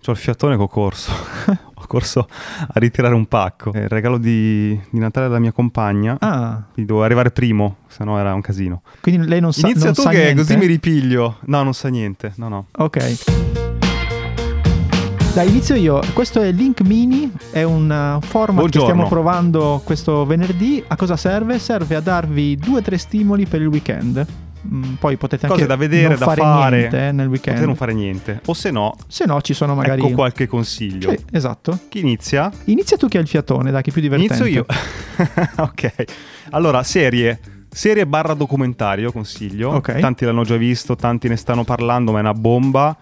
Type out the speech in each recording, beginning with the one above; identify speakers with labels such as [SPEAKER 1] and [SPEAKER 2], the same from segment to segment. [SPEAKER 1] C'ho il fiatone che ho corso. ho corso a ritirare un pacco. È il regalo di, di Natale della mia compagna.
[SPEAKER 2] Ah,
[SPEAKER 1] Quindi dovevo arrivare primo, se no era un casino.
[SPEAKER 2] quindi lei non sa
[SPEAKER 1] Inizia
[SPEAKER 2] non
[SPEAKER 1] tu
[SPEAKER 2] sa
[SPEAKER 1] che
[SPEAKER 2] niente?
[SPEAKER 1] così mi ripiglio. No, non sa niente. No, no.
[SPEAKER 2] Ok. Dai, inizio io. Questo è Link Mini, è un eh, format che
[SPEAKER 1] Buongiorno.
[SPEAKER 2] stiamo provando questo venerdì. A cosa serve? Serve a darvi due o tre stimoli per il weekend. Mm, poi potete anche
[SPEAKER 1] Cose da vedere,
[SPEAKER 2] non
[SPEAKER 1] da
[SPEAKER 2] fare,
[SPEAKER 1] fare.
[SPEAKER 2] niente eh, nel weekend.
[SPEAKER 1] Potete non fare niente. O se no,
[SPEAKER 2] Se no, ci sono magari.
[SPEAKER 1] ecco qualche consiglio.
[SPEAKER 2] Sì, esatto.
[SPEAKER 1] Chi inizia?
[SPEAKER 2] Inizia tu che hai il fiatone, dai, che è più divertente.
[SPEAKER 1] Inizio io. ok. Allora, serie. Serie barra documentario, consiglio.
[SPEAKER 2] Ok.
[SPEAKER 1] Tanti l'hanno già visto, tanti ne stanno parlando, ma è una bomba.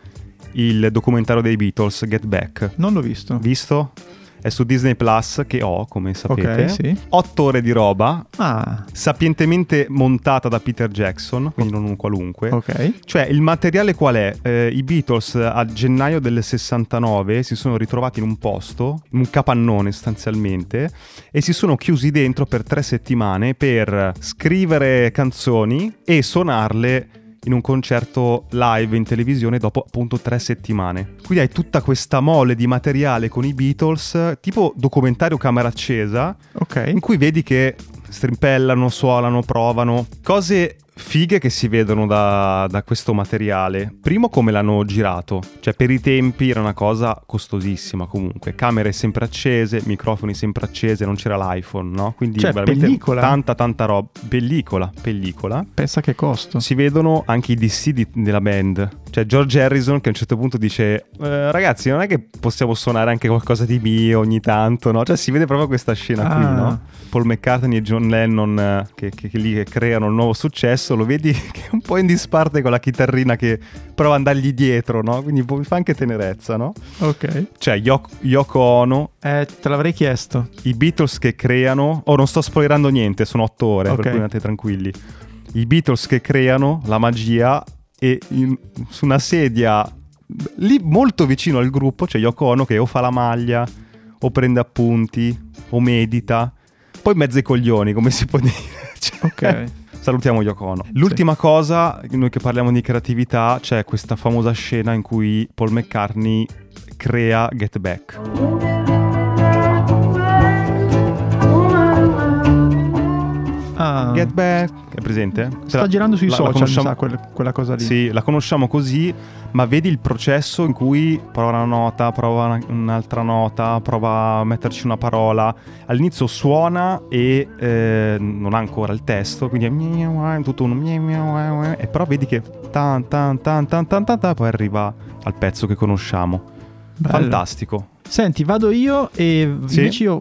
[SPEAKER 1] Il documentario dei Beatles, Get Back.
[SPEAKER 2] Non l'ho visto.
[SPEAKER 1] Visto? È su Disney Plus, che ho, come sapete.
[SPEAKER 2] ok, sì.
[SPEAKER 1] Otto ore di roba,
[SPEAKER 2] Ah,
[SPEAKER 1] sapientemente montata da Peter Jackson, quindi non un qualunque.
[SPEAKER 2] ok.
[SPEAKER 1] Cioè, il materiale qual è? Eh, I Beatles a gennaio del 69 si sono ritrovati in un posto, in un capannone sostanzialmente, e si sono chiusi dentro per tre settimane per scrivere canzoni e suonarle in un concerto live in televisione dopo appunto tre settimane. Quindi hai tutta questa mole di materiale con i Beatles, tipo documentario camera accesa,
[SPEAKER 2] Ok.
[SPEAKER 1] in cui vedi che strimpellano, suonano, provano. Cose fighe che si vedono da, da questo materiale. Primo come l'hanno girato, cioè per i tempi era una cosa costosissima comunque. Camere sempre accese, microfoni sempre accese, non c'era l'iPhone, no? Quindi
[SPEAKER 2] Cioè,
[SPEAKER 1] veramente
[SPEAKER 2] pellicola.
[SPEAKER 1] tanta tanta roba. Pellicola, pellicola.
[SPEAKER 2] Pensa che costo.
[SPEAKER 1] Si vedono anche i dissidi della band. Cioè George Harrison che a un certo punto dice "Eh, ragazzi non è che possiamo suonare anche qualcosa di mio ogni tanto, no? Cioè si vede proprio questa scena qui,
[SPEAKER 2] Ah.
[SPEAKER 1] no? Paul McCartney e John Lennon eh, che, che- che lì che creano il nuovo successo, lo vedi che è un po' in disparte con la chitarrina che prova ad andargli dietro, no? Quindi boh, mi fa anche tenerezza, no?
[SPEAKER 2] Ok.
[SPEAKER 1] Cioè Yoko, Yoko Ono,
[SPEAKER 2] Eh, te l'avrei chiesto.
[SPEAKER 1] i Beatles che creano... Oh, non sto spoilerando niente, sono otto ore,
[SPEAKER 2] Ok.
[SPEAKER 1] per cui andate tranquilli. I Beatles che creano la magia e in- su una sedia lì molto vicino al gruppo c'è Yoko Ono che o fa la maglia, o prende appunti, o medita. Poi mezzo ai coglioni, come si può dire. Cioè,
[SPEAKER 2] Ok.
[SPEAKER 1] Salutiamo Yoko Ono. L'ultima cosa, noi che parliamo di creatività, c'è questa famosa scena in cui Paul McCartney crea Get Back.
[SPEAKER 2] Ah,
[SPEAKER 1] Get Back, è presente? Te
[SPEAKER 2] sta
[SPEAKER 1] la-
[SPEAKER 2] girando sui
[SPEAKER 1] la- la
[SPEAKER 2] social, mi
[SPEAKER 1] conosciamo-
[SPEAKER 2] sa, quel- quella cosa lì.
[SPEAKER 1] Sì, la conosciamo così, ma vedi il processo in cui prova una nota, prova una- un'altra nota, prova a metterci una parola. All'inizio suona e eh, non ha ancora il testo, quindi è miau, eh, tutto uno miau, eh, eh, e però vedi che tan tan tan tan tan tan, tan, poi arriva al pezzo che conosciamo.
[SPEAKER 2] Bello.
[SPEAKER 1] Fantastico.
[SPEAKER 2] Senti, vado io e
[SPEAKER 1] Sì.
[SPEAKER 2] invece io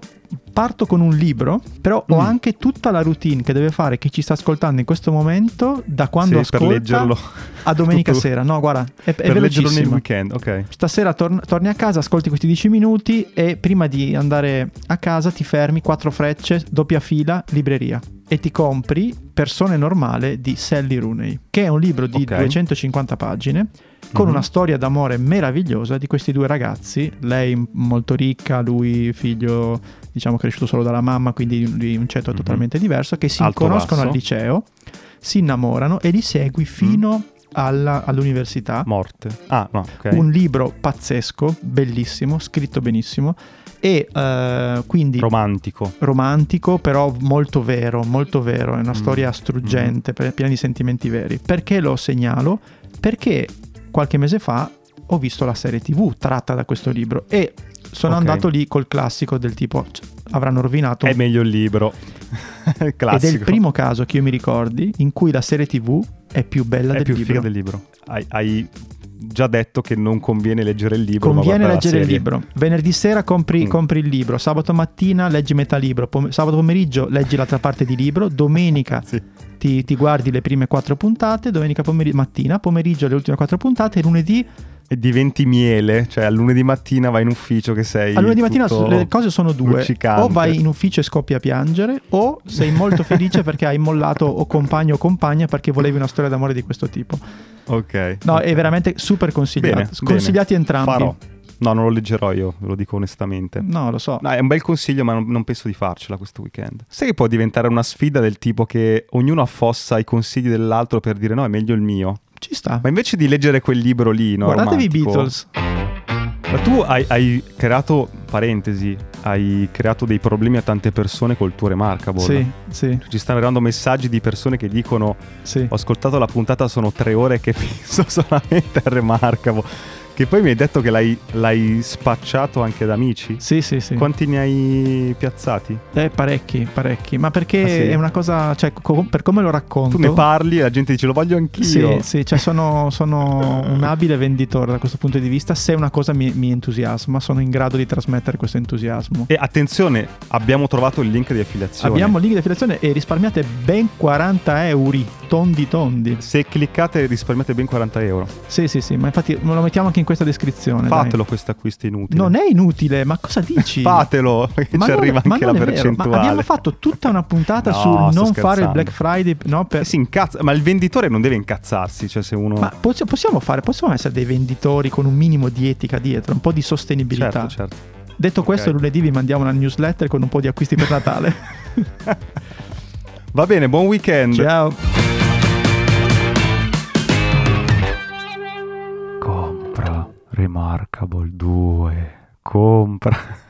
[SPEAKER 2] parto con un libro, però ho
[SPEAKER 1] Mm.
[SPEAKER 2] anche tutta la routine che deve fare chi ci sta ascoltando in questo momento da quando
[SPEAKER 1] Sì, per
[SPEAKER 2] ascolta
[SPEAKER 1] leggerlo,
[SPEAKER 2] a domenica
[SPEAKER 1] tutto-
[SPEAKER 2] sera. No, guarda, è, è
[SPEAKER 1] per leggerlo nel
[SPEAKER 2] velocissima.
[SPEAKER 1] weekend, ok.
[SPEAKER 2] Stasera tor- torni a casa, ascolti questi 10 minuti e prima di andare a casa ti fermi, quattro frecce, doppia fila, libreria e ti compri Persone normale di Sally Rooney, che è un libro di
[SPEAKER 1] Ok.
[SPEAKER 2] 250 pagine con
[SPEAKER 1] Mhm.
[SPEAKER 2] una storia d'amore meravigliosa di questi due ragazzi, lei m- molto ricca, lui figlio diciamo cresciuto solo dalla mamma, quindi di un ceto
[SPEAKER 1] Mhm.
[SPEAKER 2] totalmente diverso, che si
[SPEAKER 1] Alto,
[SPEAKER 2] conoscono al
[SPEAKER 1] basso.
[SPEAKER 2] liceo, si innamorano e li segui fino
[SPEAKER 1] Mhm.
[SPEAKER 2] alla- all'università
[SPEAKER 1] Morte. Ah, no, ok.
[SPEAKER 2] un libro pazzesco, bellissimo, scritto benissimo e eh, quindi
[SPEAKER 1] Romantico.
[SPEAKER 2] romantico, però molto vero, molto vero, è una
[SPEAKER 1] Mm,
[SPEAKER 2] storia struggente, pre- piena di sentimenti veri. Perché lo segnalo? Perché qualche mese fa ho visto la serie TV tratta da questo libro e sono
[SPEAKER 1] Ok.
[SPEAKER 2] andato lì col classico del tipo "C- avranno rovinato
[SPEAKER 1] È meglio il libro. Classico.
[SPEAKER 2] ed è il primo caso che io mi ricordi in cui la serie TV è più bella
[SPEAKER 1] è
[SPEAKER 2] del
[SPEAKER 1] più
[SPEAKER 2] libro.
[SPEAKER 1] figa del libro. Hai, hai già detto che non conviene leggere il libro.
[SPEAKER 2] Conviene
[SPEAKER 1] ma guardare
[SPEAKER 2] leggere
[SPEAKER 1] la
[SPEAKER 2] il
[SPEAKER 1] serie.
[SPEAKER 2] libro. Venerdì sera compri,
[SPEAKER 1] Mm.
[SPEAKER 2] compri il libro, sabato mattina leggi metà libro, pom- sabato pomeriggio leggi l'altra parte di libro, domenica
[SPEAKER 1] Sì.
[SPEAKER 2] ti, ti guardi le prime quattro puntate, domenica pomeri- mattina, pomeriggio le ultime quattro puntate, e lunedì,
[SPEAKER 1] E diventi miele, cioè a lunedì mattina vai in ufficio che sei.
[SPEAKER 2] a lunedì mattina
[SPEAKER 1] tutto
[SPEAKER 2] le cose sono due,
[SPEAKER 1] luccicante.
[SPEAKER 2] o vai in ufficio e scoppi a piangere, o sei molto felice perché hai mollato o compagno o compagna perché volevi una storia d'amore di questo tipo.
[SPEAKER 1] Ok.
[SPEAKER 2] No, è veramente super consigliato,
[SPEAKER 1] Bene,
[SPEAKER 2] consigliati
[SPEAKER 1] bene.
[SPEAKER 2] entrambi.
[SPEAKER 1] Farò. No, non lo leggerò io, ve lo dico onestamente.
[SPEAKER 2] No, lo so.
[SPEAKER 1] No, è un bel consiglio, ma non, non penso di farcela questo weekend. Sai che può diventare una sfida del tipo che ognuno affossa i consigli dell'altro per dire no, è meglio il mio.
[SPEAKER 2] Ci sta.
[SPEAKER 1] Ma invece di leggere quel libro lì, no?
[SPEAKER 2] Guardatevi i
[SPEAKER 1] romantico,
[SPEAKER 2] Beatles.
[SPEAKER 1] Ma tu hai, hai creato, parentesi, hai creato dei problemi a tante persone col tuo remarkable.
[SPEAKER 2] Sì, sì,
[SPEAKER 1] Ci stanno arrivando messaggi di persone che dicono
[SPEAKER 2] sì.
[SPEAKER 1] ho ascoltato la puntata, sono tre ore che penso solamente al remarkable. Che poi mi hai detto che l'hai, l'hai spacciato anche da amici.
[SPEAKER 2] Sì, sì, sì.
[SPEAKER 1] Quanti ne hai piazzati?
[SPEAKER 2] Eh, parecchi, parecchi. Ma perché
[SPEAKER 1] Ah, sì?
[SPEAKER 2] è una cosa, cioè, co- per come lo racconto.
[SPEAKER 1] Tu ne parli e la gente dice lo voglio
[SPEAKER 2] Sì,
[SPEAKER 1] anch'io.
[SPEAKER 2] sì, cioè sono, sono un abile venditore da questo punto di vista. Se una cosa mi, mi entusiasma, sono in grado di trasmettere questo entusiasmo.
[SPEAKER 1] E attenzione, abbiamo trovato il link di affiliazione.
[SPEAKER 2] Abbiamo link di affiliazione e risparmiate ben 40 euro, tondi tondi.
[SPEAKER 1] Se cliccate risparmiate ben 40 euro.
[SPEAKER 2] Sì, sì, sì, ma infatti lo mettiamo anche in questa descrizione. dai.
[SPEAKER 1] Fatelo questo acquisto inutile.
[SPEAKER 2] Non è inutile, ma cosa dici?
[SPEAKER 1] Fatelo, perché
[SPEAKER 2] Ma
[SPEAKER 1] ci
[SPEAKER 2] non-
[SPEAKER 1] arriva
[SPEAKER 2] ma
[SPEAKER 1] anche la
[SPEAKER 2] non è vero,
[SPEAKER 1] percentuale.
[SPEAKER 2] ma abbiamo fatto tutta una puntata
[SPEAKER 1] No,
[SPEAKER 2] sul non
[SPEAKER 1] sto
[SPEAKER 2] fare il
[SPEAKER 1] scherzando.
[SPEAKER 2] Black Friday, no, per-
[SPEAKER 1] Eh, si incazza, ma il venditore non deve incazzarsi, cioè se uno...
[SPEAKER 2] Ma possi- possiamo fare, possiamo essere dei venditori con un minimo di etica dietro, un po' di sostenibilità.
[SPEAKER 1] certo, certo.
[SPEAKER 2] Detto
[SPEAKER 1] Ok.
[SPEAKER 2] questo, lunedì vi mandiamo una newsletter con un po' di acquisti per Natale.
[SPEAKER 1] Va bene, buon weekend.
[SPEAKER 2] Ciao.
[SPEAKER 1] Compra Remarkable 2. Compra.